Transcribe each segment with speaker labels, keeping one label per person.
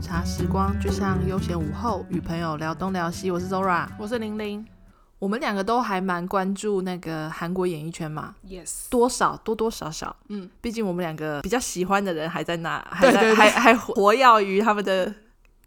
Speaker 1: 茶时光就像悠闲午后，与朋友聊东聊西。我是 Zora，
Speaker 2: 我是玲玲。
Speaker 1: 我们两个都还蛮关注那个韩国演艺圈嘛，
Speaker 2: Yes，
Speaker 1: 多少多多少少，
Speaker 2: 嗯，
Speaker 1: 毕竟我们两个比较喜欢的人还在 那，还
Speaker 2: 对
Speaker 1: 在
Speaker 2: 对对
Speaker 1: 还还活跃于他们的那个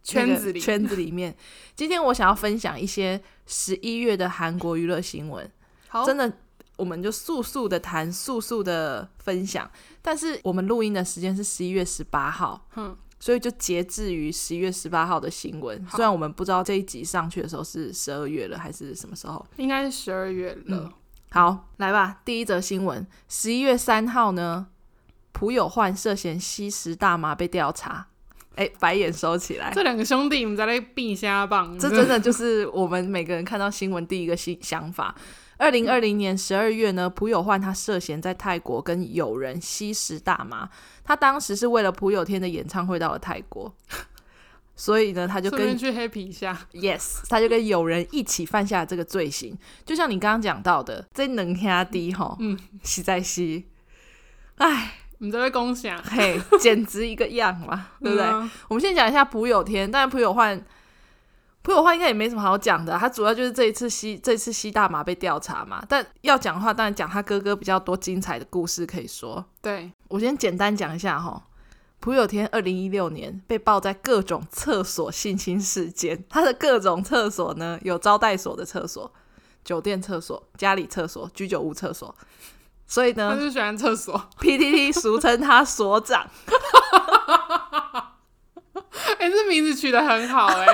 Speaker 2: 圈子里
Speaker 1: 圈子里面。今天我想要分享一些十一月的韩国娱乐新闻，
Speaker 2: 好，
Speaker 1: 真的，我们就速速的谈，速速的分享。但是我们录音的时间是十一月十八号，
Speaker 2: 嗯，
Speaker 1: 所以就截至于十一月十八号的新闻。
Speaker 2: 好
Speaker 1: 虽然我们不知道这一集上去的时候是十二月了还是什么时候。
Speaker 2: 应该是十二月了。
Speaker 1: 好，来吧，第一则新闻，十一月三号呢，朴有焕涉嫌吸食大麻被调查。哎，白眼收起来。
Speaker 2: 这两个兄弟，你们在那避虾棒，
Speaker 1: 这真的就是我们每个人看到新闻第一个心想法。二零二零年十二月呢，朴有焕他涉嫌在泰国跟友人吸食大麻，他当时是为了朴有天的演唱会到了泰国， 所以呢，他就
Speaker 2: 顺便
Speaker 1: 跟
Speaker 2: 去黑皮虾。
Speaker 1: yes，他就跟友人一起犯下这个罪行。就像你刚刚讲到的，这能压低吼，
Speaker 2: 嗯，
Speaker 1: 吸在吸，哎，
Speaker 2: 你们在那攻下，
Speaker 1: 嘿，简直一个样嘛， 对不对？
Speaker 2: 嗯啊
Speaker 1: 我们先讲一下朴有天，但朴有焕，朴有焕应该也没什么好讲的啊、他主要就是这一次吸这次吸大麻被调查嘛。但要讲的话，当然讲他哥哥比较多精彩的故事可以说。
Speaker 2: 对，
Speaker 1: 我先简单讲一下哈，朴有天二零一六年被曝在各种厕所性侵事件，他的各种厕所呢，有招待所的厕所、酒店厕所、家里厕所、居酒屋厕所，所以呢，
Speaker 2: 他就喜欢厕所。
Speaker 1: PTT 俗称他所长。
Speaker 2: 哎，这名字取得很好哎。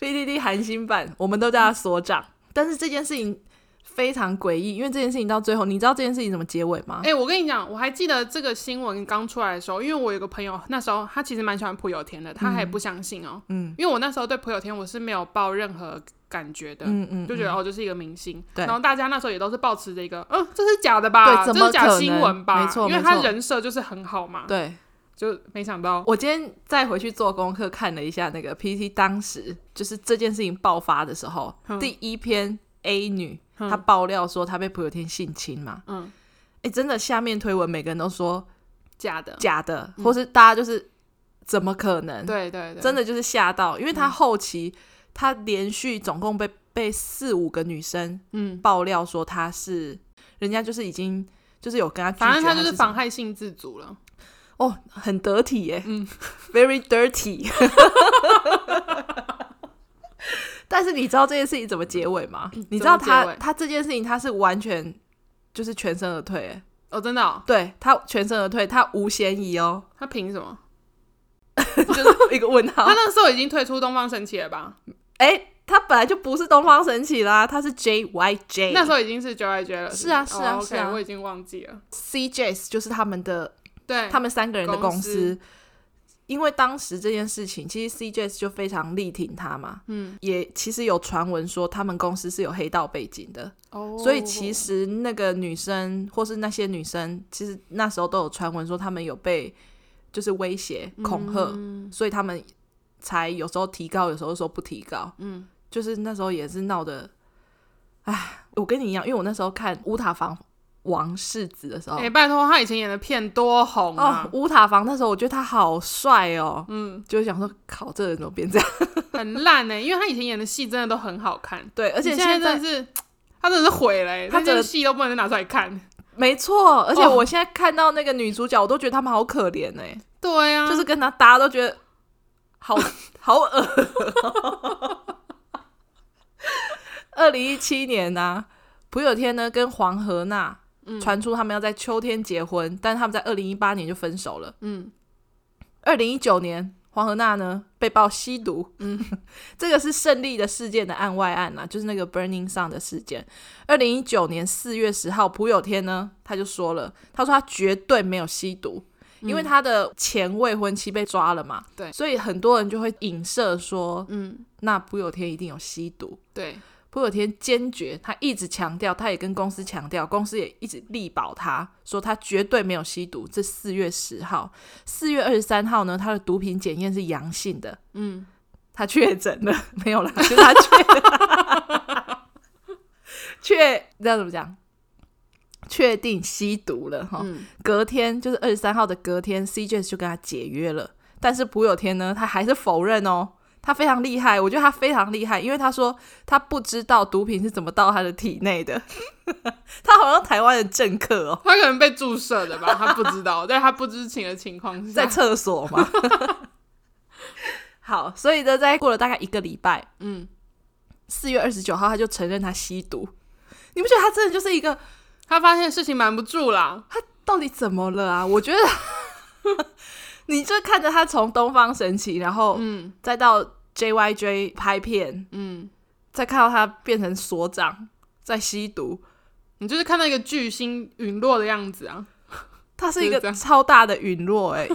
Speaker 1: PDD 韩星版，我们都叫他所长。但是这件事情非常诡异，因为这件事情到最后，你知道这件事情怎么结尾吗？
Speaker 2: 哎，我跟你讲，我还记得这个新闻刚出来的时候，因为我有个朋友，那时候他其实蛮喜欢朴有天的，他还不相信哦。
Speaker 1: 嗯
Speaker 2: 因为我那时候对朴有天我是没有抱任何感觉的，
Speaker 1: 嗯嗯，
Speaker 2: 就觉得
Speaker 1: 嗯
Speaker 2: 哦，就是一个明星。
Speaker 1: 对
Speaker 2: 然后大家那时候也都是抱持着一个，嗯，这是假的吧？
Speaker 1: 对怎
Speaker 2: 这
Speaker 1: 么
Speaker 2: 是假
Speaker 1: 可能
Speaker 2: 新闻吧？
Speaker 1: 没错
Speaker 2: 因为
Speaker 1: 没
Speaker 2: 他
Speaker 1: 错
Speaker 2: 人设就是很好嘛。，
Speaker 1: 对。
Speaker 2: 就没想到，
Speaker 1: 我今天再回去做功课，看了一下那个 PT 当时就是这件事情爆发的时候，
Speaker 2: 嗯
Speaker 1: 第一篇 A 女
Speaker 2: 嗯
Speaker 1: 她爆料说她被朴有天性侵嘛，
Speaker 2: 嗯，
Speaker 1: 哎，真的下面推文每个人都说
Speaker 2: 假的，
Speaker 1: 假的，或是大家就是怎么可能？
Speaker 2: 对对对，
Speaker 1: 真的就是吓到，因为他后期、他连续总共被被四五个女生
Speaker 2: 嗯，
Speaker 1: 爆料说他是人家就是已经就是有跟他拒绝
Speaker 2: 反正他
Speaker 1: 还
Speaker 2: 就是
Speaker 1: 什
Speaker 2: 是
Speaker 1: 么
Speaker 2: 妨害性自足了。
Speaker 1: 哦，很得体耶，
Speaker 2: 嗯
Speaker 1: v e r y dirty。但是你知道这件事情怎么结尾吗？你知道
Speaker 2: 嗯怎么
Speaker 1: 他
Speaker 2: 结尾
Speaker 1: 他这件事情他是完全就是全身而退耶，
Speaker 2: 哦，真的、哦，
Speaker 1: 对他全身而退，他无嫌疑哦，
Speaker 2: 他凭什么？
Speaker 1: 就是一个问号
Speaker 2: 他。那时候已经退出东方神起了吧？
Speaker 1: 哎、他本来就不是东方神起啦，他是 JYJ。
Speaker 2: 那时候已经是 JYJ 了，
Speaker 1: 是啊
Speaker 2: 不
Speaker 1: 是啊
Speaker 2: 哦
Speaker 1: 是啊
Speaker 2: OK，我已经忘记了。
Speaker 1: CJS 就是他们的
Speaker 2: 对，
Speaker 1: 他们三个人的公
Speaker 2: 公
Speaker 1: 司。
Speaker 2: 司
Speaker 1: 因为当时这件事情，其实 CJS 就非常力挺他嘛，
Speaker 2: 嗯，
Speaker 1: 也其实有传闻说他们公司是有黑道背景的，
Speaker 2: 哦，
Speaker 1: 所以其实那个女生或是那些女生，其实那时候都有传闻说他们有被就是威胁恐吓，
Speaker 2: 嗯
Speaker 1: 所以他们才有时候提高，有时候说不提高，
Speaker 2: 嗯，
Speaker 1: 就是那时候也是闹的，唉，我跟你一样，因为我那时候看乌塔房王世子的时候
Speaker 2: 哎、，拜托，他以前演的片多红
Speaker 1: 哦
Speaker 2: 啊，，
Speaker 1: 乌塔房那时候我觉得他好帅哦，
Speaker 2: 嗯，
Speaker 1: 就想说靠，这人怎么变这样？
Speaker 2: 很烂呢、欸因为他以前演的戏真的都很好看，
Speaker 1: 对，而且
Speaker 2: 你
Speaker 1: 现
Speaker 2: 现
Speaker 1: 在
Speaker 2: 真的是，他真的是毁了、欸，
Speaker 1: 他
Speaker 2: 他
Speaker 1: 真的
Speaker 2: 这个戏都不能拿出来看。
Speaker 1: 没错，而且
Speaker 2: 哦
Speaker 1: 我现在看到那个女主角，我都觉得他们好可怜哎、
Speaker 2: 对啊，
Speaker 1: 就是跟他搭都觉得好 好恶。二零一七年呢、朴有天呢跟黄河娜
Speaker 2: 嗯
Speaker 1: 传出他们要在秋天结婚，但是他们在二零一八年就分手了。
Speaker 2: 嗯，
Speaker 1: 二零一九年，黄河娜呢被曝吸毒，嗯， 这个是胜利的事件的案外案啦、啊就是那个 Burning Sun 的事件。二零一九年四月十号，朴有天呢他就说了，他说他绝对没有吸毒。因为他的前未婚妻被抓了嘛，
Speaker 2: 嗯对
Speaker 1: 所以很多人就会影射说，
Speaker 2: 嗯，
Speaker 1: 那朴有天一定有吸毒。
Speaker 2: 对，
Speaker 1: 朴有天坚决，他一直强调，他也跟公司强调，公司也一直力保他，说他绝对没有吸毒。这四月十号，四月二十三号呢，他的毒品检验是阳性的，
Speaker 2: 嗯，
Speaker 1: 他确诊了，没有啦，就是他确确，你知道怎么讲？确定吸毒了哈。
Speaker 2: 嗯
Speaker 1: 隔天就是二十三号的隔天，CJ 就跟他解约了。但是朴有天呢，他还是否认哦。他非常厉害，我觉得他非常厉害，因为他说他不知道毒品是怎么到他的体内的。 他好像台湾的政客哦，
Speaker 2: 他可能被注射的吧，他不知道，在他不知情的情况下，
Speaker 1: 在厕所嘛。 好，所以呢，在过了大概一个礼拜，
Speaker 2: 嗯，
Speaker 1: 四月二十九号，他就承认他吸毒。你不觉得他真的就是一个
Speaker 2: 他发现事情瞒不住啦，
Speaker 1: 到底怎么了啊？我觉得 你就看着他从东方神起，然后
Speaker 2: 嗯
Speaker 1: 再到 JYJ 拍片，
Speaker 2: 嗯，
Speaker 1: 再看到他变成所长，在吸毒，
Speaker 2: 你就是看到一个巨星陨落的样子啊，
Speaker 1: 他是一
Speaker 2: 就是这
Speaker 1: 个
Speaker 2: 样
Speaker 1: 超大的陨落哎、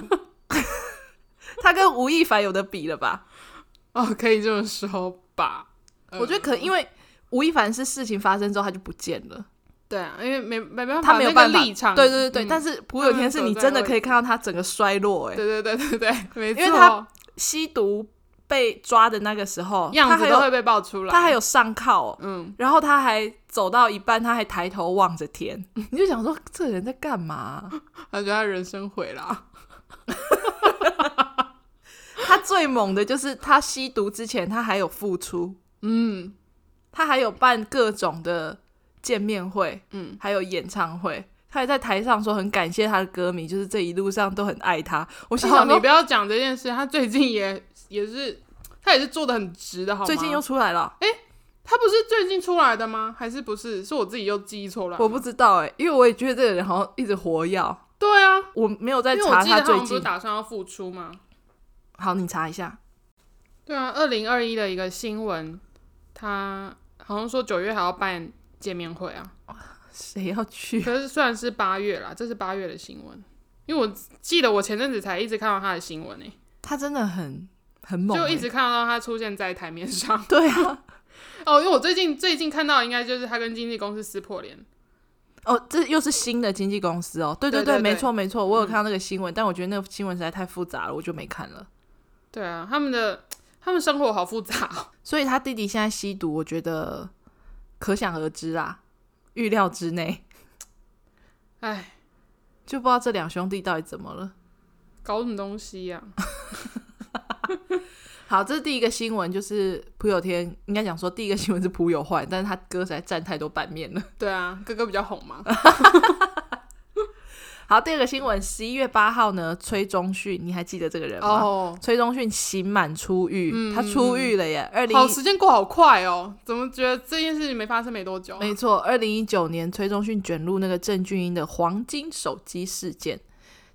Speaker 1: 他跟吴亦凡有的比了吧？
Speaker 2: 哦，可以这么说吧，呃
Speaker 1: 我觉得可因为吴亦凡是事情发生之后他就不见了，
Speaker 2: 对啊，因为没没办法，
Speaker 1: 他没有
Speaker 2: 那个
Speaker 1: 办法。
Speaker 2: 立场，
Speaker 1: 对对对对，
Speaker 2: 嗯
Speaker 1: 但是朴有天是你真的可以看到他整个衰落哎、
Speaker 2: 对对对对对，没错，
Speaker 1: 因为他吸毒被抓的那个时候，哦他
Speaker 2: 样
Speaker 1: 还
Speaker 2: 子都
Speaker 1: 有
Speaker 2: 会被爆出来，
Speaker 1: 他还有上铐、哦，
Speaker 2: 嗯，
Speaker 1: 然后他还走到一半，他还抬头望着 天，你就想说这人在干嘛？
Speaker 2: 他觉得他人生毁了，啊
Speaker 1: 他最猛的就是他吸毒之前，他还有付出，
Speaker 2: 嗯
Speaker 1: 他还有办各种的见面会，
Speaker 2: 嗯，
Speaker 1: 还有演唱会。他还在台上说很感谢他的歌迷，就是这一路上都很爱他。我心
Speaker 2: 然后
Speaker 1: 想
Speaker 2: 你
Speaker 1: 说
Speaker 2: 不，要讲这件事，他最近也也是，他也是做的很直的，好吗？
Speaker 1: 最近又出来了，
Speaker 2: 他不是最近出来的吗？还是不是？是我自己又记忆错了？
Speaker 1: 我不知道哎、因为我也觉得这个人好像一直活跃，
Speaker 2: 对啊，
Speaker 1: 我没有在
Speaker 2: 因为我
Speaker 1: 查
Speaker 2: 记得他好
Speaker 1: 最
Speaker 2: 像不是
Speaker 1: 近。
Speaker 2: 打算要复出吗？
Speaker 1: 好，你查一下。
Speaker 2: 对啊，二零二一的一个新闻，他好像说九月还要办见面会 啊，
Speaker 1: 谁要去？
Speaker 2: 可是虽然是八月啦，这是八月的新闻，因为我记得我前阵子才一直看到他的新闻呢、
Speaker 1: 他真的很很猛、
Speaker 2: 就一
Speaker 1: 欸
Speaker 2: 直看到他出现在台面上。
Speaker 1: 对啊。
Speaker 2: 哦，因为我最近最近看到的应该就是他跟经纪公司撕破脸，
Speaker 1: 哦，这又是新的经纪公司哦。对对
Speaker 2: 对对嗯对
Speaker 1: 没错没错，我有看到那个新闻，但我觉得那个新闻实在太复杂了，我就没看了。
Speaker 2: 对啊，他们的他们生活好复杂、哦，
Speaker 1: 所以他弟弟现在吸毒，我觉得可想而知啦，预料之内，
Speaker 2: 哎，
Speaker 1: 就不知道这两兄弟到底怎么了。
Speaker 2: 搞什么东西呀、
Speaker 1: 好，这是第一个新闻，就是朴有天，应该讲说第一个新闻是朴有焕，但是他歌实在占太多版面了。
Speaker 2: 对啊，哥哥比较红嘛。
Speaker 1: 好，第二个新闻，十一月八号呢，崔忠训，你还记得这个人吗？
Speaker 2: 哦，
Speaker 1: 崔忠训刑满出狱，
Speaker 2: 嗯
Speaker 1: 他出狱了耶！二零
Speaker 2: 好，时间过好快哦，怎么觉得这件事情没发生没多久啊、
Speaker 1: 没错，二零一九年崔忠训卷入那个郑俊英的黄金手机事件。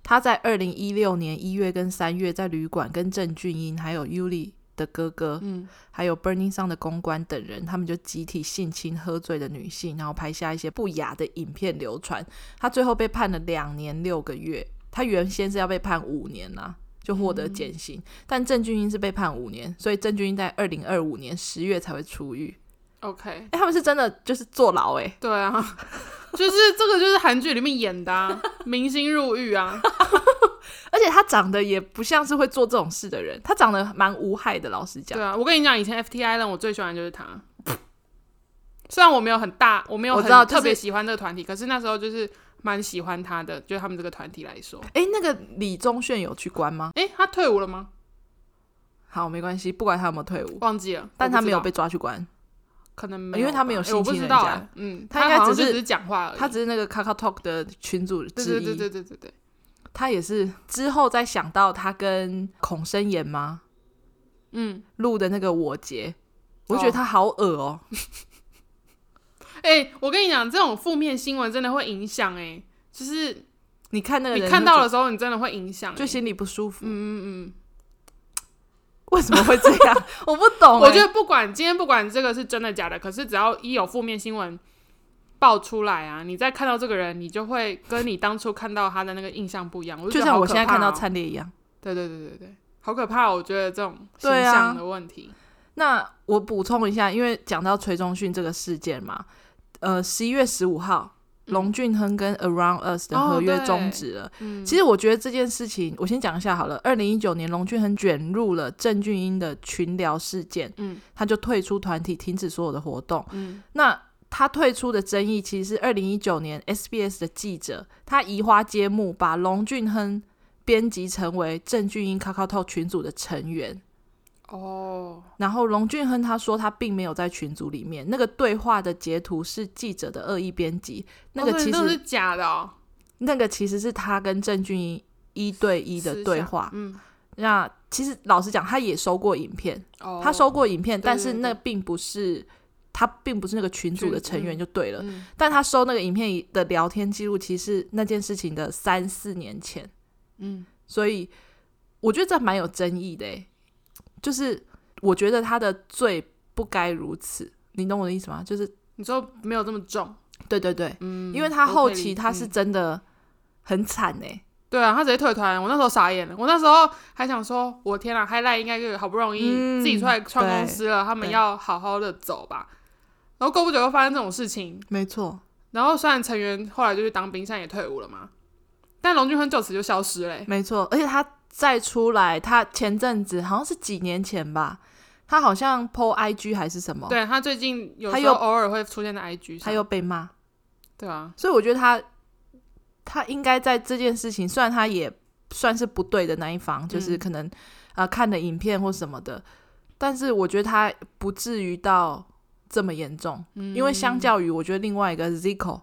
Speaker 1: 他在二零一六年一月跟三月在旅馆跟郑俊英还有 Yuli 的哥哥，
Speaker 2: 嗯，
Speaker 1: 还有 Burning 上的公关等人，他们就集体性侵喝醉的女性，然后拍下一些不雅的影片流传。他最后被判了两年六个月，他原先是要被判五年啦、就获得减刑，但郑俊英是被判五年，所以郑俊英在二零二五年十月才会出狱。
Speaker 2: OK，
Speaker 1: 哎、他们是真的就是坐牢哎、
Speaker 2: 对啊， 就是这个就是韩剧里面演的、啊，明星入 狱啊，
Speaker 1: 而且他长得也不像是会做这种事的人，他长得蛮无害的。老实讲
Speaker 2: 对，啊，我跟你讲，以前 FTI 让我最喜欢的就是他，虽然我没有很大，我没有
Speaker 1: 我
Speaker 2: 很
Speaker 1: 知道就是
Speaker 2: 特别喜欢这个团体，可是那时候就是蛮喜欢他的，就是他们这个团体来说，
Speaker 1: 哎、那个李宗炫有去关吗？
Speaker 2: 诶，他退伍了吗？
Speaker 1: 好，没关系，不管他有没有退伍，
Speaker 2: 忘记了，
Speaker 1: 但他没有
Speaker 2: 我不知
Speaker 1: 被抓去关，
Speaker 2: 道，可能没有吧，
Speaker 1: 因为他没有
Speaker 2: 诶
Speaker 1: 性
Speaker 2: 我不
Speaker 1: 侵
Speaker 2: 知
Speaker 1: 人
Speaker 2: 道、
Speaker 1: 家
Speaker 2: 诶嗯，
Speaker 1: 他应该
Speaker 2: 好像
Speaker 1: 只
Speaker 2: 就是是讲话而已，
Speaker 1: 他只是那个 Kakao Talk 的群主之
Speaker 2: 对
Speaker 1: 一。
Speaker 2: 对对对对对对，
Speaker 1: 他也是之后再想到他跟孔生妍吗
Speaker 2: 嗯，
Speaker 1: 录的那个我节，我
Speaker 2: 哦
Speaker 1: 觉得他好恶哦、
Speaker 2: 哎、我跟你讲，这种负面新闻真的会影响哎、就是
Speaker 1: 你看那个
Speaker 2: 你
Speaker 1: 人，
Speaker 2: 看到的时候，你真的会影响、
Speaker 1: 就，就
Speaker 2: 欸。
Speaker 1: 心里不舒服。
Speaker 2: 嗯嗯
Speaker 1: 为什么会这 样？我不懂、
Speaker 2: 嗯，我
Speaker 1: 哎
Speaker 2: 觉得不管今天不管这个是真的假的，可是只要一有负面新闻爆出来啊，你再看到这个人，你就会跟你当初看到他的那个印象不一样。我
Speaker 1: 就
Speaker 2: 觉得
Speaker 1: 像
Speaker 2: 好
Speaker 1: 我
Speaker 2: 可
Speaker 1: 现在看到
Speaker 2: 怕哦，
Speaker 1: 灿烈一样。
Speaker 2: 对对对对对，好可怕哦！我觉得这种形
Speaker 1: 对啊
Speaker 2: 象的问题，
Speaker 1: 那我补充一下，因为讲到崔忠训这个事件嘛，呃，十一月十五号，
Speaker 2: 嗯
Speaker 1: 龙俊亨跟 Around Us 的合约
Speaker 2: 哦对
Speaker 1: 终止了。
Speaker 2: 嗯，
Speaker 1: 其实我觉得这件事情，我先讲一下好了。二零一九年，龙俊亨卷入了郑俊英的群聊事件，
Speaker 2: 嗯
Speaker 1: 他就退出团体，停止所有的活动。
Speaker 2: 嗯
Speaker 1: 那他退出的争议，其实是二零一九年 SBS 的记者，他移花接木，把龙俊亨编辑成为郑俊英 Kakao Talk 群组的成员。
Speaker 2: 哦，
Speaker 1: 然后龙俊亨他说他并没有在群组里面，那个对话的截图是记者的恶意编辑，那个
Speaker 2: 哦所以
Speaker 1: 其实、
Speaker 2: 都是假的哦，
Speaker 1: 那个其实是他跟郑俊英一对一的
Speaker 2: 私
Speaker 1: 对
Speaker 2: 下
Speaker 1: 话。
Speaker 2: 嗯，
Speaker 1: 那其实老实讲，他也收过影片，
Speaker 2: 哦，
Speaker 1: 他收过影片，
Speaker 2: 对
Speaker 1: 但
Speaker 2: 对
Speaker 1: 是
Speaker 2: 对
Speaker 1: 那并不是他并不是那个群组的成员就对了。
Speaker 2: 嗯，
Speaker 1: 但他收那个影片的聊天记录，其实是那件事情的三四年前，
Speaker 2: 嗯，
Speaker 1: 所以我觉得这蛮有争议的欸。就是我觉得他的罪不该如此，你懂我的意思吗？就是
Speaker 2: 你说没有这么重，
Speaker 1: 对对对，
Speaker 2: 嗯，
Speaker 1: 因为他
Speaker 2: 我
Speaker 1: 后
Speaker 2: 可以
Speaker 1: 期
Speaker 2: 理
Speaker 1: 他是
Speaker 2: 嗯
Speaker 1: 真的很惨哎、
Speaker 2: 对啊，他直接退团，我那时候傻眼了，我那时候还想说，我天啊，嗨赖应该是好不容易、
Speaker 1: 嗯
Speaker 2: 自己出来创公司了，他们
Speaker 1: 对
Speaker 2: 要好好的走吧。然后过不久又发生这种事情，
Speaker 1: 没错，
Speaker 2: 然后虽然成员后来就去当兵，现在也退伍了嘛，但龙俊亨就此就消失了欸、
Speaker 1: 没错，而且他再出来，他前阵子好像是几年前吧，他好像 PO IG 还是什么，
Speaker 2: 对他最近有
Speaker 1: 哦他
Speaker 2: 时
Speaker 1: 又
Speaker 2: 候偶尔会出现在 IG 上，
Speaker 1: 他又被骂，
Speaker 2: 对啊，
Speaker 1: 所以我觉得他他应该在这件事情，虽然他也算是不对的那一
Speaker 2: 嗯
Speaker 1: 方，就是可能啊、呃看了影片或什么的，但是我觉得他不至于到这么严重，
Speaker 2: 嗯
Speaker 1: 因为相较于我觉得另外一个 Zico。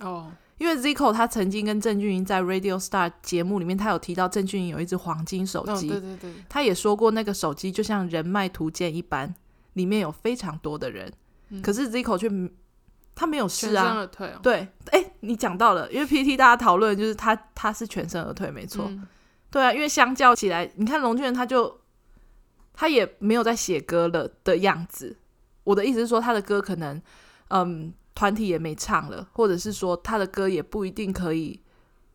Speaker 2: 哦，
Speaker 1: 因为 Zico 他曾经跟郑俊英在 Radio Star 节目里面，他有提到郑俊英有一只黄金手
Speaker 2: 嗯，
Speaker 1: 机，
Speaker 2: 对对对，
Speaker 1: 他也说过，那个手机就像人脉图鉴一般，里面有非常多的人。
Speaker 2: 嗯
Speaker 1: 可是 Zico 却他没有
Speaker 2: 全
Speaker 1: 事
Speaker 2: 身
Speaker 1: 啊，
Speaker 2: 而退哦，
Speaker 1: 对，哎、你讲到了，因为 PT 大家讨论就是他他是全身而退，没错，
Speaker 2: 嗯
Speaker 1: 对啊，因为相较起来，你看龙俊人他就他也没有在写歌了的样子。我的意思是说，他的歌可能嗯团体也没唱了，或者是说他的歌也不一定可以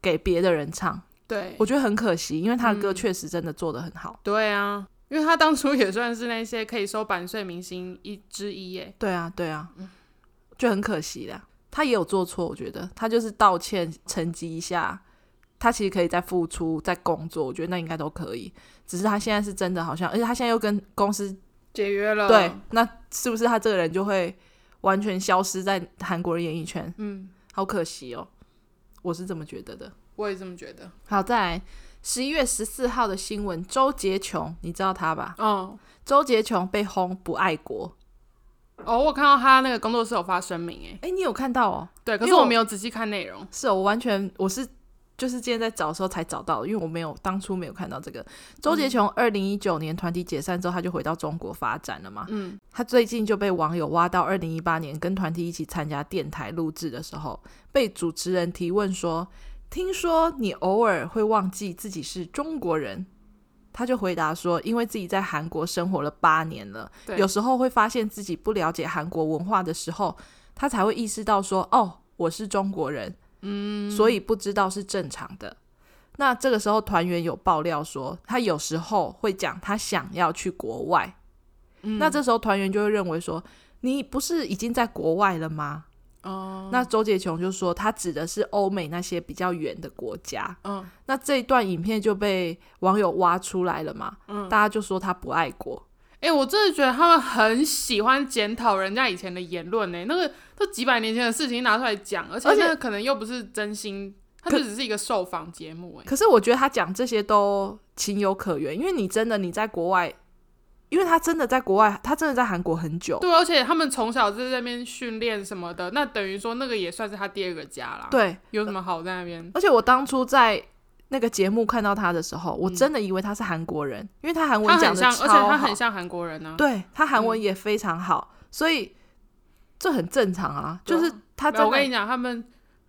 Speaker 1: 给别的人唱，
Speaker 2: 对
Speaker 1: 我，觉得很可惜，因为他的歌
Speaker 2: 嗯
Speaker 1: 确实真的做得很好。
Speaker 2: 对啊，因为他当初也算是那些可以收版税明星一之一耶，
Speaker 1: 对啊，对啊，就很可惜啦。他也有做错，我觉得他就是道歉、沉寂一下，他其实可以再付出、再工作，我觉得那应该都可以。只是他现在是真的好像，而且他现在又跟公司、
Speaker 2: 解约了，
Speaker 1: 对，那是不是他这个人就会完全消失在韩国的演艺圈？
Speaker 2: 嗯，
Speaker 1: 好可惜哦，我是这么觉得的。
Speaker 2: 我也这么觉得。
Speaker 1: 好，再来十一月十四号的新闻，周杰琼，你知道他吧？
Speaker 2: 哦
Speaker 1: 周杰琼被轰不爱国，
Speaker 2: 哦，我有看到他那个工作室有发声明，哎，
Speaker 1: 哎，你有看到哦？
Speaker 2: 对，可
Speaker 1: 因
Speaker 2: 是
Speaker 1: 为
Speaker 2: 我
Speaker 1: 我
Speaker 2: 没有仔细看内容。
Speaker 1: 是、哦、我完全我是就是今天在找的时候才找到的，因为我没有当初没有看到这个。周
Speaker 2: 嗯
Speaker 1: 杰琼二零一九年团体解散之后，他就回到中国发展了嘛。
Speaker 2: 嗯，
Speaker 1: 他最近就被网友挖到，二零一八年跟团体一起参加电台录制的时候，被主持人提问说：“听说你偶尔会忘记自己是中国人。”他就回答说：“因为自己在韩国生活了八年了，
Speaker 2: 对，
Speaker 1: 有时候会发现自己不了解韩国文化的时候，他才会意识到说，哦，我是中国人，嗯，所以不知道是正常的。那这个时候，团员有爆料说，他有时候会讲他想要去国外，
Speaker 2: 嗯
Speaker 1: 那这时候团员就会认为说，你不是已经在国外了吗？
Speaker 2: 哦，
Speaker 1: 那周杰琼就说，他指的是欧美那些比较远的国家。
Speaker 2: 嗯
Speaker 1: 那这一段影片就被网友挖出来了嘛，
Speaker 2: 嗯
Speaker 1: 大家就说他不爱国，
Speaker 2: 哎、我真的觉得他们很喜欢检讨人家以前的言论呢、那个都几百年前的事情拿出来讲，而且
Speaker 1: 而且
Speaker 2: 那个可能又不是真心，他就只是一个受访节目哎、
Speaker 1: 可是我觉得他讲这些都情有可原，因为你真的你在国外，因为他真的在国外，他真的在韩国很久。
Speaker 2: 对，而且他们从小就在那边训练什么的，那等于说那个也算是他第二个家啦。，
Speaker 1: 对，
Speaker 2: 有什么好在那边？
Speaker 1: 而且我当初在那个节目看到他的时候，我真的以为他是韩国人，因为他韩
Speaker 2: 嗯他
Speaker 1: 文讲
Speaker 2: 很
Speaker 1: 的
Speaker 2: 像，
Speaker 1: 超
Speaker 2: 而且他
Speaker 1: 好
Speaker 2: 很像韩国人呢、啊。
Speaker 1: 对他韩文也非常好，所以这很正常啊。
Speaker 2: 对
Speaker 1: 就
Speaker 2: 啊
Speaker 1: 是他
Speaker 2: 没有
Speaker 1: 真
Speaker 2: 我跟
Speaker 1: 的
Speaker 2: 你讲，他们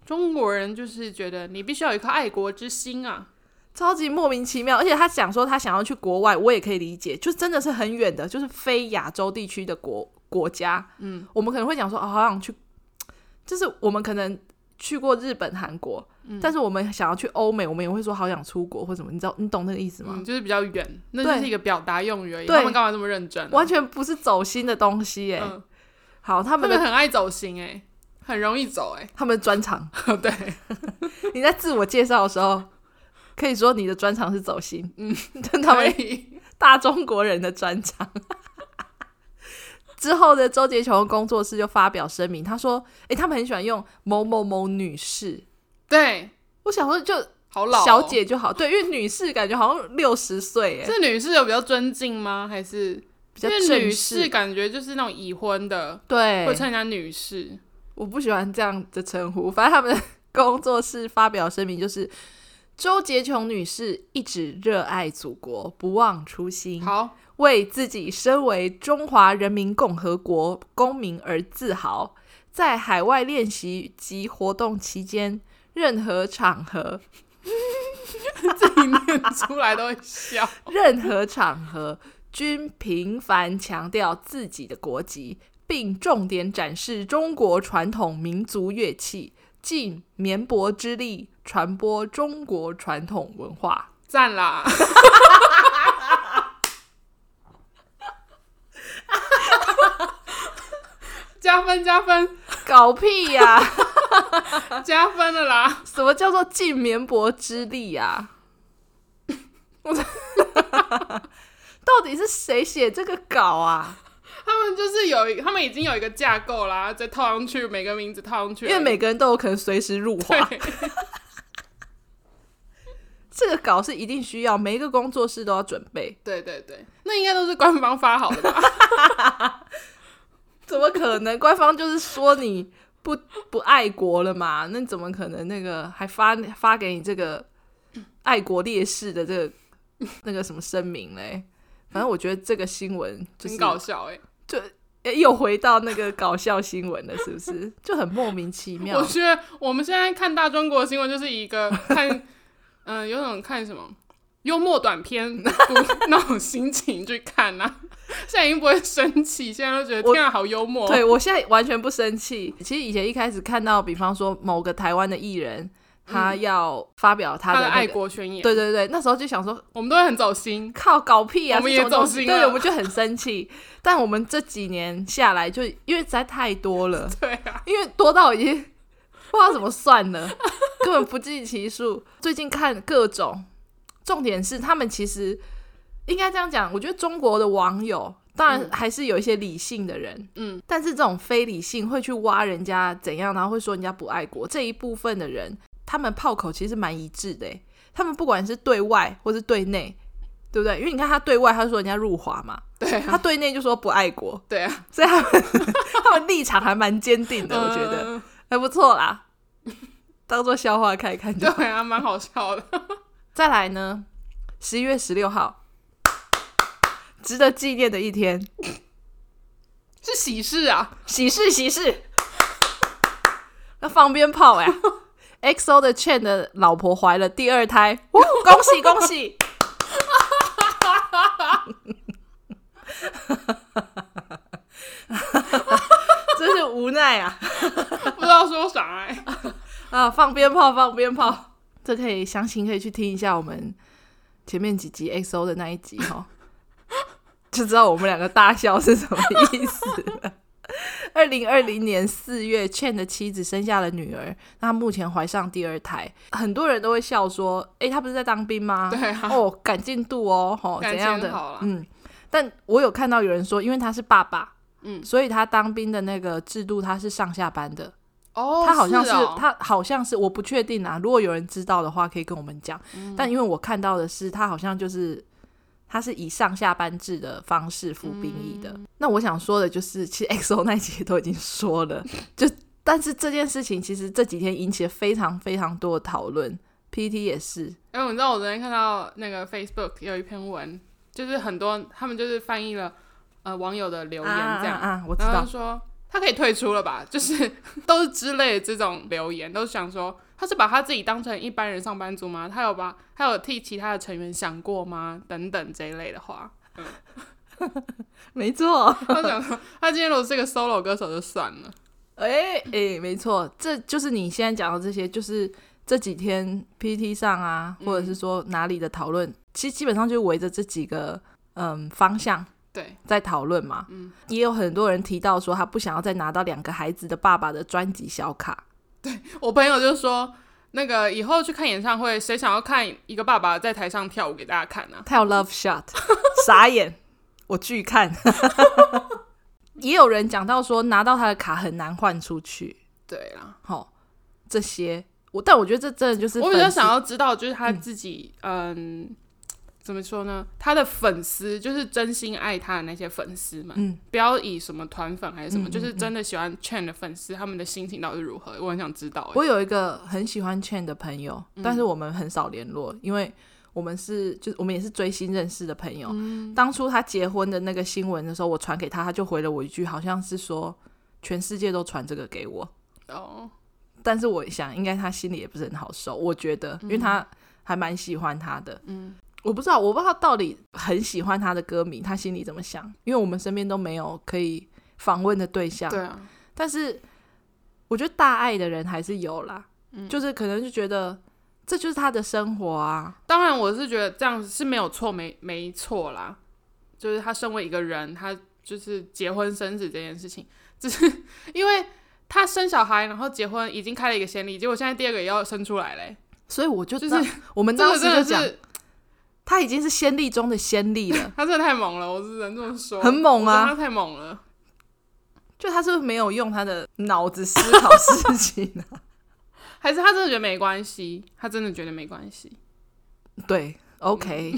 Speaker 2: 中国人就是觉得你必须要有一颗爱国之心啊。
Speaker 1: 超级莫名其妙，而且他想说他想要去国外，我也可以理解，就真的是很远的，就是非亚洲地区的国国家。
Speaker 2: 嗯，
Speaker 1: 我们可能会讲说，哦，好想去，就是我们可能去过日本、韩国，
Speaker 2: 嗯
Speaker 1: 但是我们想要去欧美，我们也会说好想出国或什么，你知道，你懂那个意思吗？
Speaker 2: 嗯，就是比较远，那
Speaker 1: 对
Speaker 2: 就是一个表达用语而已。
Speaker 1: 对
Speaker 2: 他们干嘛这么认真啊、
Speaker 1: 完全不是走心的东西耶。
Speaker 2: 嗯，
Speaker 1: 好，他
Speaker 2: 他
Speaker 1: 们
Speaker 2: 们
Speaker 1: 的
Speaker 2: 很爱走心哎、很容易走哎、
Speaker 1: 他们的专 长，
Speaker 2: 对，
Speaker 1: 你在自我介绍的时候，可以说你的专长是走心，嗯，他们
Speaker 2: 可以
Speaker 1: 大中国人的专长。 之后的周杰琼工作室就发表声明，他说：“诶，他们很喜欢用某某某女士。
Speaker 2: 对，”
Speaker 1: 我想说就，
Speaker 2: 好老、哦、
Speaker 1: 小，姐就好，对，因为女士感觉好像六十岁哎，
Speaker 2: 是女士有比较尊敬吗？还是
Speaker 1: 比较
Speaker 2: 因为
Speaker 1: 正
Speaker 2: 女
Speaker 1: 式
Speaker 2: 士。感觉就是那种已婚的
Speaker 1: 对
Speaker 2: 会，称人家女士，
Speaker 1: 我不喜欢这样的称呼。反正他们的工作室发表声明，就是周洁琼女士一直热爱祖国，不忘初心，
Speaker 2: 好
Speaker 1: 为自己身为中华人民共和国公民而自豪。在海外练习及活动期间，任何场合
Speaker 2: 自己念出来都会笑。
Speaker 1: 任何场合均频繁强调自己的国籍，并重点展示中国传统民族乐器，尽绵薄之力传播中国传统文化。
Speaker 2: 赞啦！加分加分
Speaker 1: 搞屁呀、
Speaker 2: 加分了啦！
Speaker 1: 什么叫做尽绵薄之力啊呀、我 到底是谁写这个稿啊？
Speaker 2: 他们就是有一，他们已经有一个架构啦，再套上去每个名字套上去
Speaker 1: 因
Speaker 2: 而已，
Speaker 1: 为每个人都有可能随时入华。
Speaker 2: 对
Speaker 1: 这个稿是一定需要，每一个工作室都要准备。
Speaker 2: 对对对，那应该都是官方发好的吧？
Speaker 1: 怎么可能？ 官方就是说你不不爱国了嘛？那怎么可能？那个还发发给你这个爱国烈士的这个那个什么声明嘞？反正我觉得这个新闻 就是
Speaker 2: 很搞笑哎、
Speaker 1: 就诶又回到那个搞笑新闻了，是不是？就很莫名其妙
Speaker 2: 我。觉得我们现在看大中国新闻，就是 一个看，嗯、有种看什么幽默短 片不那种心情去看啊。现在已经不会生气，现在都觉得
Speaker 1: 我
Speaker 2: 天啊，好幽默。
Speaker 1: 对我现在完全不生气。其实以前一开始看到，比方说某个台湾的艺人，他要发表他
Speaker 2: 嗯
Speaker 1: 的、
Speaker 2: 他的
Speaker 1: 那个
Speaker 2: 爱，国宣言，
Speaker 1: 对对对，那时候就想说，
Speaker 2: 我们都会很走心。
Speaker 1: 靠搞屁啊！
Speaker 2: 我们
Speaker 1: 这
Speaker 2: 也
Speaker 1: 种东
Speaker 2: 走
Speaker 1: 西，
Speaker 2: 心
Speaker 1: 对，
Speaker 2: 了
Speaker 1: 我们就很生气。但我们这几年下来就，因为实在太多了，
Speaker 2: 对啊，
Speaker 1: 因为多到已经不知道怎么算了，根本不计其数。最近看各种，重点是他们其实应该这样讲，我觉得中国的网友。当然
Speaker 2: 嗯
Speaker 1: 还是有一些理性的人，
Speaker 2: 嗯，
Speaker 1: 但是这种非理性会去挖人家怎样，然后会说人家不爱国这一部分的人，他们炮口其实蛮一致的欸，他们不管是对外或是对内，对不对？因为你看他对外，他说人家入华嘛，
Speaker 2: 对啊，
Speaker 1: 他对内就说不爱国，
Speaker 2: 对啊，
Speaker 1: 所以他们 他们立场还蛮坚定的，我觉得
Speaker 2: 嗯
Speaker 1: 还不错啦，当做笑话看一看 就好。
Speaker 2: 对啊，蛮好笑的。
Speaker 1: 再来呢，十一月十六号，值得纪念的一天，
Speaker 2: 是喜事啊，
Speaker 1: 喜事喜事，要放鞭炮 呀、XO 的 Chen 的老婆怀了第二胎，呜恭喜恭喜！真是无奈啊！
Speaker 2: 不知道说啥哎、
Speaker 1: 啊，放鞭炮，放鞭炮，这可以详情可以去听一下我们前面几集 XO 的那一集哈、 就知道我们两个大笑是什么意思了。 二零二零年四月，Chen 的妻子生下了女儿，那她目前怀上第二胎。很多人都会笑说：“诶，她不是在当兵吗？
Speaker 2: 对啊，
Speaker 1: 哦，赶进度哦，吼、
Speaker 2: 感
Speaker 1: 怎
Speaker 2: 情
Speaker 1: 样的
Speaker 2: 很？好啦，
Speaker 1: 嗯，但我有看到有人说，因为他是爸爸，
Speaker 2: 嗯
Speaker 1: 所以他当兵的那个制度他是上下班的，
Speaker 2: 哦，
Speaker 1: 他好像是,、
Speaker 2: 哦
Speaker 1: 他好像是我不确定啊，如果有人知道的话，可以跟我们讲。
Speaker 2: 嗯
Speaker 1: 但因为我看到的是，他好像就是他是以上下班制的方式服兵役的。
Speaker 2: 嗯
Speaker 1: 那我想说的就是，其实 XO 那一集也都已经说 了，就但是这件事情其实这几天引起了非常非常多的讨论，PT 也是，
Speaker 2: 哎、我你知道我昨天看到那个 Facebook 有一篇文，就是很多他们就是翻译了呃网友的留言这
Speaker 1: 啊
Speaker 2: 样，
Speaker 1: 啊啊，我知
Speaker 2: 然后
Speaker 1: 道
Speaker 2: 就，说他可以退出了吧，就是 都是之类的这种留言，都是想说他是把他自己当成一般人上班族吗？他有把他有替其他的成员想过吗？等等这一类的话，
Speaker 1: 没错。
Speaker 2: 他想说他今天如果是个 solo 歌手就算了，
Speaker 1: 哎、哎、没错，这就是你现在讲的这些，就是这几天 PT 上啊，
Speaker 2: 嗯
Speaker 1: 或者是说哪里的讨论，其实基本上就围着这几个嗯方向
Speaker 2: 对，
Speaker 1: 在讨论嘛。
Speaker 2: 嗯，
Speaker 1: 也有很多人提到说，他不想要再拿到两个孩子的爸爸的专辑小卡。
Speaker 2: 我朋友就说。那个以后去看演唱会，谁想要看一个爸爸在台上跳舞给大家看呢、啊
Speaker 1: 他有 Love Shot，傻眼，我拒看。 也有人讲到说，拿到他的卡很难换出去，
Speaker 2: 对啦，
Speaker 1: 吼、这些我但我觉得这真的就是
Speaker 2: 我比较
Speaker 1: 粉丝
Speaker 2: 想要知道，就是他自己，嗯怎么说呢？他的粉丝就是真心爱他的那些粉丝们，
Speaker 1: 嗯
Speaker 2: 不要以什么团粉还是什
Speaker 1: 嗯
Speaker 2: 么，
Speaker 1: 嗯
Speaker 2: 就是真的喜欢 Chen 的粉丝，他们的心情到底是如何？我很想知道、欸。
Speaker 1: 我有一个很喜欢 Chen 的朋友，但是我们很少联络，因为我们是就是我们也是追星认识的朋
Speaker 2: 哦嗯
Speaker 1: 友。当初他结婚的那个新闻的时候，我传给他，他就回了我一句，好像是说全世界都传这个给我。
Speaker 2: 哦，
Speaker 1: 但是我想，应该他心里也不是很好受，我觉得，因为他还蛮喜欢他的。
Speaker 2: 嗯，
Speaker 1: 我不知道，我不知道他到底很喜欢他的歌迷，他心里怎么想，因为我们身边都没有可以访问的对象。
Speaker 2: 对啊，
Speaker 1: 但是我觉得大爱的人还是有啦，
Speaker 2: 嗯
Speaker 1: 就是可能就觉得这就是他的生活啊，
Speaker 2: 当然我是觉得这样子是没有错，没没错啦。就是他身为一个人，他就是结婚生子这件事情，只是因为他生小孩，然后结婚已经开了一个先例，结果现在第二个也要生出来嘞、
Speaker 1: 所以我就
Speaker 2: 就是
Speaker 1: 当我们
Speaker 2: 这
Speaker 1: 当
Speaker 2: 个
Speaker 1: 时
Speaker 2: 真
Speaker 1: 就
Speaker 2: 的
Speaker 1: 讲，
Speaker 2: 是，
Speaker 1: 他已经是先例中的先例了
Speaker 2: 他真的太猛了，我只能这么说，
Speaker 1: 很猛啊
Speaker 2: 我觉得他太猛了。
Speaker 1: 就他是不是没有用他的脑子思考事情啊？
Speaker 2: 还是他真的觉得没关系，他真的觉得没关系。
Speaker 1: 对，OK，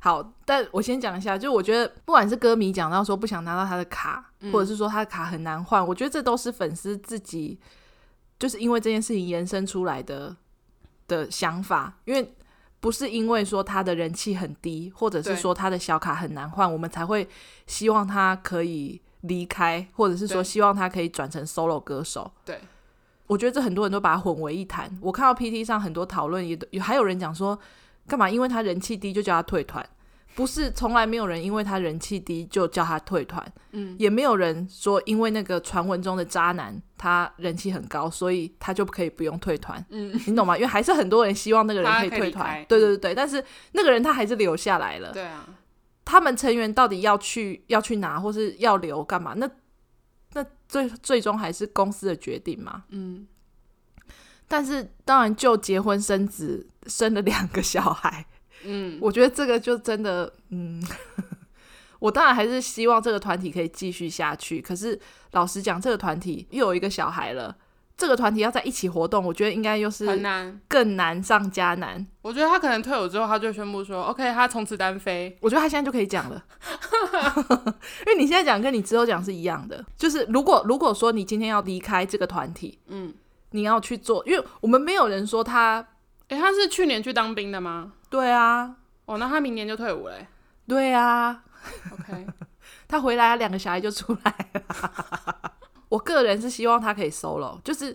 Speaker 1: 好，但我先讲一下，就我觉得不管是歌迷讲到说不想拿到他的卡，
Speaker 2: 嗯
Speaker 1: 或者是说他的卡很难换，我觉得这都是粉丝自己就是因为这件事情延伸出来的的想法，因为。不是因为说他的人气很低，或者是
Speaker 2: 对
Speaker 1: 说他的小卡很难换，我们才会希望他可以离开，或者是说
Speaker 2: 对
Speaker 1: 希望他可以转成 solo 歌手。
Speaker 2: 对，
Speaker 1: 我觉得这很多人都把它混为一谈。我看到 PT 上很多讨论，也也还有人讲说，干嘛因为他人气低就叫他退团？不是，从来没有人因为他人气低就叫他退团，
Speaker 2: 嗯，
Speaker 1: 也没有人说因为那个传闻中的渣男他人气很高，所以他就可以不用退团。
Speaker 2: 嗯，
Speaker 1: 你懂吗？因为还是很多人希望那个人
Speaker 2: 他
Speaker 1: 以
Speaker 2: 可以
Speaker 1: 退
Speaker 2: 离
Speaker 1: 团
Speaker 2: 开，
Speaker 1: 对对对对，但是那个人他还是留下来了。
Speaker 2: 对啊，
Speaker 1: 他们成员到底要去要去拿，或是要留干嘛？那那最最终还是公司的决定嘛。
Speaker 2: 嗯，
Speaker 1: 但是当然，就结婚生子，生了两个小孩，
Speaker 2: 嗯，
Speaker 1: 我觉得这个就真的，嗯， 我当然还是希望这个团体可以继续下去。可是老实讲，这个团体又有一个小孩了，这个团体要在一起活动，我觉得应该又
Speaker 2: 很
Speaker 1: 是
Speaker 2: 难。
Speaker 1: 更难上加难。
Speaker 2: 我觉得他可能退伍之后，他就宣布说，OK，他从此单飞。
Speaker 1: 我觉得他现在就可以讲了， 因为你现在讲跟你之后讲是一样的，就是如果如果说你今天要离开这个团体，
Speaker 2: 嗯，
Speaker 1: 你要去做，因为我们没有人说他
Speaker 2: 诶，他是去年去当兵的吗？
Speaker 1: 对啊，
Speaker 2: 哦，那他明年就退伍嘞。
Speaker 1: 对啊，
Speaker 2: OK，
Speaker 1: 他回来啊，两个小孩就出来了。 我个人是希望他可以 solo，就是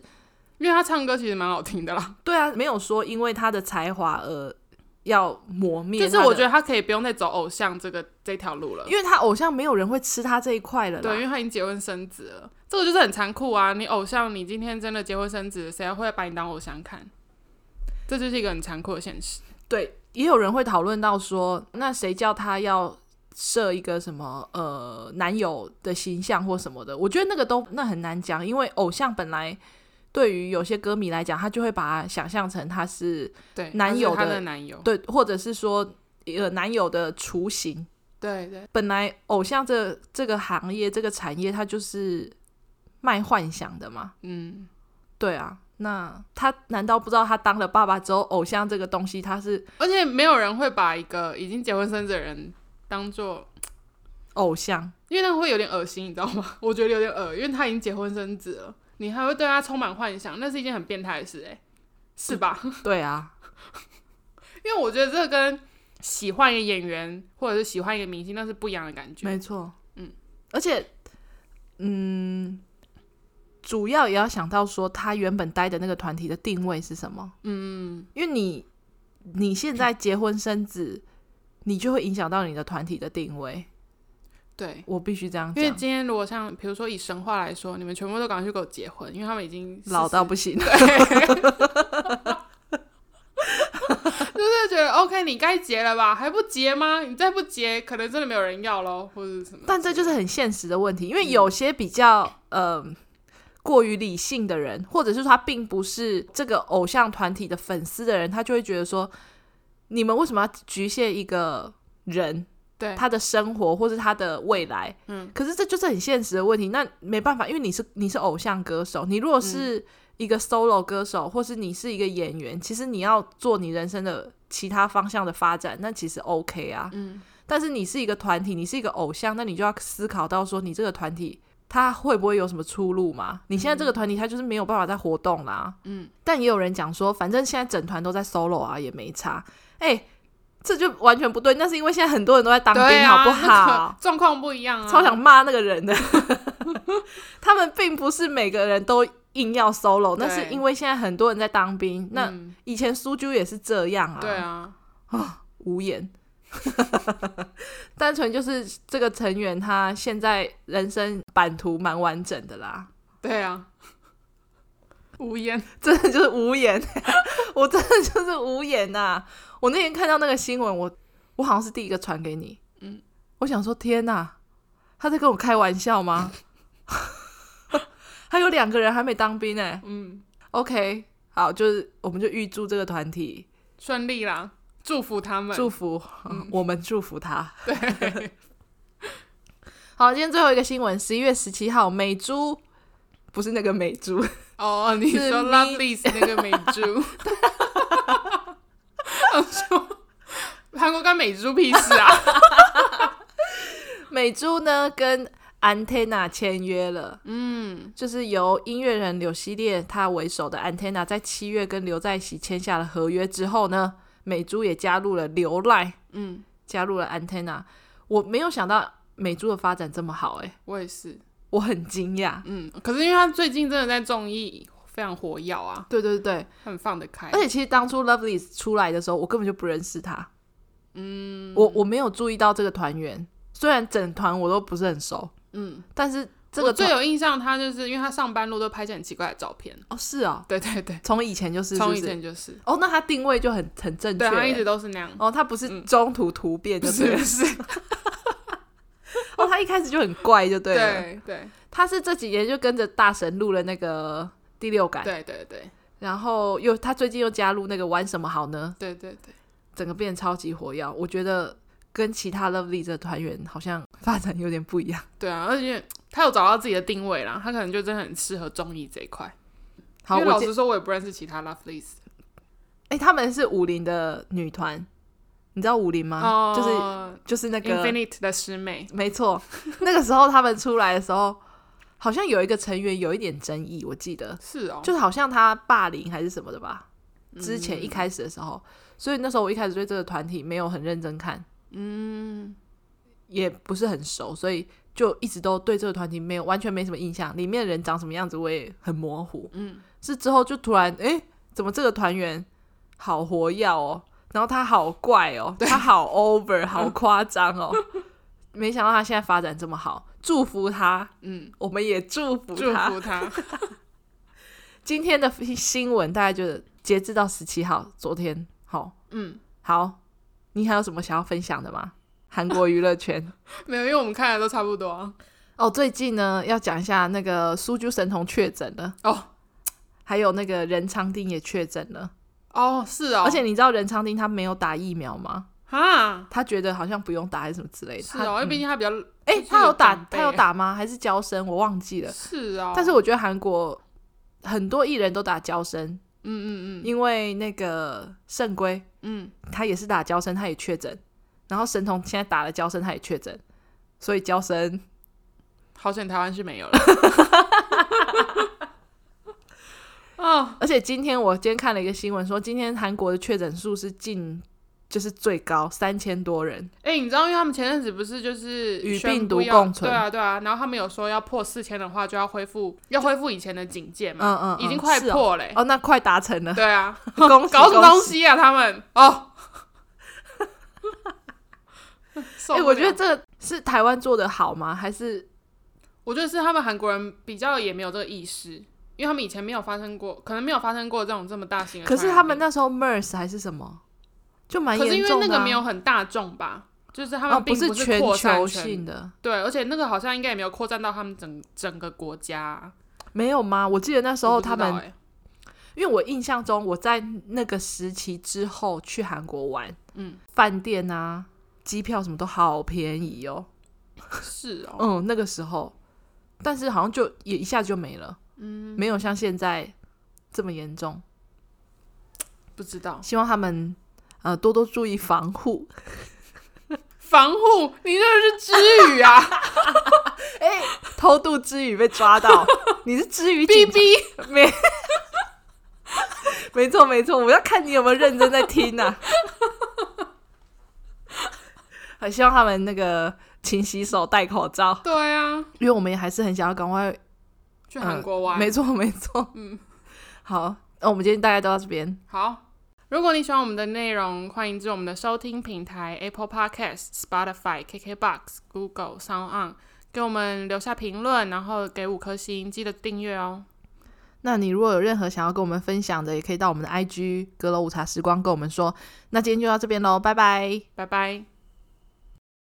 Speaker 2: 因为他唱歌其实蛮好听的啦，
Speaker 1: 对啊，没有说因为他的才华而要磨灭。
Speaker 2: 就是我觉，得他可以不用再走偶像这个这条路了。
Speaker 1: 因为他偶像没有人会吃他这一块了啦。
Speaker 2: 对，因为他已经结婚生子了，这个就是很残酷啊！你偶像，你今天真的结婚生子，谁还会把你当偶像看？这就是一个很残酷的现实。
Speaker 1: 对，也有人会讨论到说，那谁叫他要设一个什么呃男友的形象或什么的？我觉得那个都那很难讲，因为偶像本来对于有些歌迷来讲，他就会把他想象成他是
Speaker 2: 对，
Speaker 1: 男
Speaker 2: 他是
Speaker 1: 友
Speaker 2: 他
Speaker 1: 的
Speaker 2: 的男友，
Speaker 1: 对，或者是说呃男友的雏形。
Speaker 2: 对对，
Speaker 1: 本来偶像这这个行业这个产业，它就是卖幻想的嘛。
Speaker 2: 嗯，
Speaker 1: 对啊，那他难道不知道他当了爸爸之后，偶像这个东西他是
Speaker 2: 而且没有人会把一个已经结婚生子的人当做，
Speaker 1: 偶像？
Speaker 2: 因为那个会有点恶心，你知道吗？我觉得有点恶，因为他已经结婚生子了，你还会对他充满幻想，那是一件很变态的事、欸，哎，是吧？
Speaker 1: 对啊，
Speaker 2: 因为我觉得这跟喜欢一个演员或者是喜欢一个明星，那是不一样的感觉。
Speaker 1: 没错。
Speaker 2: 嗯，
Speaker 1: 而且，嗯，主要也要想到说他原本待的那个团体的定位是什么，
Speaker 2: 嗯，
Speaker 1: 因为你你现在结婚生子，你就会影响到你的团体的定位。
Speaker 2: 对。
Speaker 1: 我必须这样
Speaker 2: 因为
Speaker 1: 讲，
Speaker 2: 今天如果像比如说以神话来说，你们全部都赶快去给我结婚，因为他们已经
Speaker 1: 老
Speaker 2: 到
Speaker 1: 到不行。
Speaker 2: 就是觉得 OK，你该结了吧？还不结吗？你再不结，可能真的没有人要喽，或者什么。
Speaker 1: 但这就是很现实的问题，因
Speaker 2: 嗯
Speaker 1: 为有些比较呃过于理性的人，或者是说他并不是这个偶像团体的粉丝的人，他就会觉得说，你们为什么要局限一个人
Speaker 2: 对，
Speaker 1: 他的生活或是他的未来？
Speaker 2: 嗯，嗯
Speaker 1: 可是这就是很现实的问题，那没办法，因为你是你是偶像歌手，你如果是一个 solo 歌手，或是你是一个演员，其实你要做你人生的其他方向的发展，那其实 OK 啊。
Speaker 2: 嗯，
Speaker 1: 但是你是一个团体，你是一个偶像，那你就要思考到说，你这个团体它会不会有什么出路嘛？你现在这个团体它就是没有办法再活动啦。
Speaker 2: 嗯，
Speaker 1: 但也有人讲说，反正现在整团都在 solo 啊，也没差。哎、这就完全不对。那是因为现在很多人都在当
Speaker 2: 对
Speaker 1: 兵，
Speaker 2: 啊
Speaker 1: 好不好？
Speaker 2: 那可状况不一样啊，
Speaker 1: 超想骂那个人的。 他们并不是每个人都硬要 solo，
Speaker 2: 对
Speaker 1: 那是因为现在很多人在当兵。那
Speaker 2: 嗯
Speaker 1: 以前苏啾也是这样啊，
Speaker 2: 对啊，
Speaker 1: 无言。 单纯就是这个成员他现在人生版图蛮完整的啦，
Speaker 2: 对啊，无言，
Speaker 1: 真的就是无言， 我真的就是无言呐、我那天看到那个新闻，我我好像是第一个传给你，
Speaker 2: 嗯
Speaker 1: 嗯，我想说天呐，他在跟我开玩笑吗？ 还有两个人还没当兵呢、
Speaker 2: 嗯，
Speaker 1: OK，好，就是我们就预祝这个团体
Speaker 2: 顺利啦，祝福他们，
Speaker 1: 祝福、我们祝福他。嗯对， 好，今天最后一个新闻，十一月十七号，美珠不是那个美珠，
Speaker 2: 哦，你
Speaker 1: 是
Speaker 2: 说
Speaker 1: 咪
Speaker 2: Lovelies 那个美珠，我说韩国跟美珠屁事 啊？
Speaker 1: 美珠呢跟 Antenna 签约了，
Speaker 2: 嗯，
Speaker 1: 就是由音乐人柳熙烈他为首的 Antenna 在七月跟刘在熙签下了合约之后呢，美珠也加入了流赖，
Speaker 2: 嗯，
Speaker 1: 加入了 Antenna。我没有想到美珠的发展这么好、欸，
Speaker 2: 我也是，
Speaker 1: 我很惊讶。
Speaker 2: 嗯，可是因为他最近真的在综艺非常活跃啊，
Speaker 1: 对对对，
Speaker 2: 很放得开
Speaker 1: 而，且其实当初 Lovelies 出来的时候，我根本就不认识他。嗯，我我没有注意到这个团员，虽然整团我都不是很熟，
Speaker 2: 嗯，
Speaker 1: 但是这
Speaker 2: 我
Speaker 1: 个
Speaker 2: 最
Speaker 1: 团
Speaker 2: 有印象，他就是因为他上班路都拍起很奇怪的照片，
Speaker 1: 哦是哦，
Speaker 2: 对对对，
Speaker 1: 从以前就是
Speaker 2: 从
Speaker 1: 是
Speaker 2: 以
Speaker 1: 不是
Speaker 2: 前就是，
Speaker 1: 哦，那他定位就很很正确
Speaker 2: 对他一直
Speaker 1: 欸。
Speaker 2: 都是那样，
Speaker 1: 哦，他不是中途突变就对了，
Speaker 2: 嗯是，
Speaker 1: 哦，他一开始就很怪就对了。
Speaker 2: 对对
Speaker 1: 他是这几年就跟着大神录了那个第六感，
Speaker 2: 对对对
Speaker 1: 然后又他最近又加入那个玩什么好呢，
Speaker 2: 对对对，
Speaker 1: 整个变得超级火药。我觉得跟其他 Lovely 这团员好像发展有点不一样。
Speaker 2: 对啊，而且他有找到自己的定位啦，他可能就真的很适合综艺这一块。
Speaker 1: 好，
Speaker 2: 因为老
Speaker 1: 我接
Speaker 2: 实说，我也不认识其他 Lovelies
Speaker 1: 哎、他们是武林的女团，你知道武林吗？啊
Speaker 2: 哦
Speaker 1: 就是
Speaker 2: 是
Speaker 1: 就是那个
Speaker 2: Infinite 的师妹，
Speaker 1: 没错， 那个时候他们出来的时候，好像有一个成员有一点争议，我记得
Speaker 2: 是哦，嗯
Speaker 1: 就是好像他霸凌还是什么的吧。之前一开始的时候，所以那时候我一开始对这个团体没有很认真看，
Speaker 2: 嗯，
Speaker 1: 也不是很熟，所以就一直都对这个团体没有完全没什么印象，里面的人长什么样子我也很模糊。
Speaker 2: 嗯，
Speaker 1: 是之后就突然哎、诶怎么这个团员好活跃哦，然后他好怪哦，他好 over，好
Speaker 2: 嗯
Speaker 1: 夸张哦，没想到他现在发展这么好，祝福他，
Speaker 2: 嗯，
Speaker 1: 我们也祝福
Speaker 2: 祝
Speaker 1: 他。
Speaker 2: 福他，
Speaker 1: 今天的新闻大概就是截至到十七号，昨天好
Speaker 2: 嗯，
Speaker 1: 好，你还有什么想要分享的吗？韩国娱乐圈。
Speaker 2: 没有，因为我们看的都差不多啊。
Speaker 1: 哦，最近呢要讲一下那个苏啾神童确诊了，
Speaker 2: 哦
Speaker 1: 还有那个任昌丁也确诊了。
Speaker 2: 哦，是哦，
Speaker 1: 而且你知道任昌丁他没有打疫苗吗？
Speaker 2: 哈，
Speaker 1: 他觉得好像不用打还是什么之类的。
Speaker 2: 是
Speaker 1: 他
Speaker 2: 哦，因为毕竟他比较，
Speaker 1: 哎、
Speaker 2: 就是
Speaker 1: 他有打
Speaker 2: 长辈
Speaker 1: 他有打吗？还是交生？我忘记了。
Speaker 2: 是哦，
Speaker 1: 但是我觉得韩国很多艺人都打交生，
Speaker 2: 嗯嗯嗯
Speaker 1: 因为那个圣圭
Speaker 2: 嗯，
Speaker 1: 他也是打交生，他也确诊。然后神童现在打了交生，他也确诊，所以交生
Speaker 2: 好险台湾是没有了。 哦，
Speaker 1: 而且今天我今天看了一个新闻，说今天韩国的确诊数是近就是最高三千多人，
Speaker 2: 哎、你知道，因为他们前阵子不是就是
Speaker 1: 与
Speaker 2: 宣
Speaker 1: 病
Speaker 2: 布
Speaker 1: 毒
Speaker 2: 要
Speaker 1: 共存
Speaker 2: 对啊对啊，然后他们有说要破四千的话，就要恢复要恢复以前的警戒嘛，
Speaker 1: 嗯嗯，嗯
Speaker 2: 已经快
Speaker 1: 是哦
Speaker 2: 破了欸、
Speaker 1: 哦那快达成 了，
Speaker 2: 对 啊，
Speaker 1: 恭喜哎
Speaker 2: 搞什么东
Speaker 1: 恭喜！
Speaker 2: 西啊？他们 哦，受
Speaker 1: 哎、
Speaker 2: 不
Speaker 1: 我觉
Speaker 2: 了
Speaker 1: 得这个是台湾做的好吗？还是
Speaker 2: 我觉得是他们韩国人比较也没有这个意识，因为他们以前没有发生过，可能没有发生过这种这么大型的
Speaker 1: 可
Speaker 2: 传染病。
Speaker 1: 是他们那时候 MERS 还是什么，就蛮
Speaker 2: 可是因
Speaker 1: 严重的、啊。
Speaker 2: 为那个没有很大众吧，就是他
Speaker 1: 哦，
Speaker 2: 们
Speaker 1: 不
Speaker 2: 并
Speaker 1: 是
Speaker 2: 是
Speaker 1: 全
Speaker 2: 扩散
Speaker 1: 球
Speaker 2: 全
Speaker 1: 性的，
Speaker 2: 对，而且那个好像应该也没有扩散到他们整整个国家啊。
Speaker 1: 没有吗？我记得那时候
Speaker 2: 我不知
Speaker 1: 他们，
Speaker 2: 道欸
Speaker 1: 因为我印象中我在那个时期之后去韩国玩，
Speaker 2: 嗯，
Speaker 1: 饭店啊、机票什么都好便宜哦。
Speaker 2: 是哦，
Speaker 1: 嗯，那个时候，但是好像就也一下就没了，嗯，没有像现在这么严重，
Speaker 2: 不知道
Speaker 1: 希望他们呃多多注意防护。
Speaker 2: 防护，你这是之语啊
Speaker 1: 偷渡之鱼被抓 到， 你是之鱼警
Speaker 2: ！B
Speaker 1: 察
Speaker 2: B，
Speaker 1: 没，没错没错，我要看你有没有认真在听呐、 啊。很希望他们那个勤洗手、戴口罩，
Speaker 2: 对啊，
Speaker 1: 因为我们也还是很想要赶快。呃
Speaker 2: 去韩国
Speaker 1: 嗯
Speaker 2: 玩。
Speaker 1: 没错没错，
Speaker 2: 嗯，
Speaker 1: 好，那我们今天大概都到这边。
Speaker 2: 好。如果你喜欢我们的内容，欢迎至我们的收听平台 Apple Podcast、Spotify、KKBox、Google、Sound On，给我们留下评论，然后给五颗星，记得订阅哦。
Speaker 1: 那你如果有任何想要跟我们分享的，也可以到我们的 IG 阁楼午茶时光跟我们说。那今天就到这边喽，拜拜。
Speaker 2: 拜拜。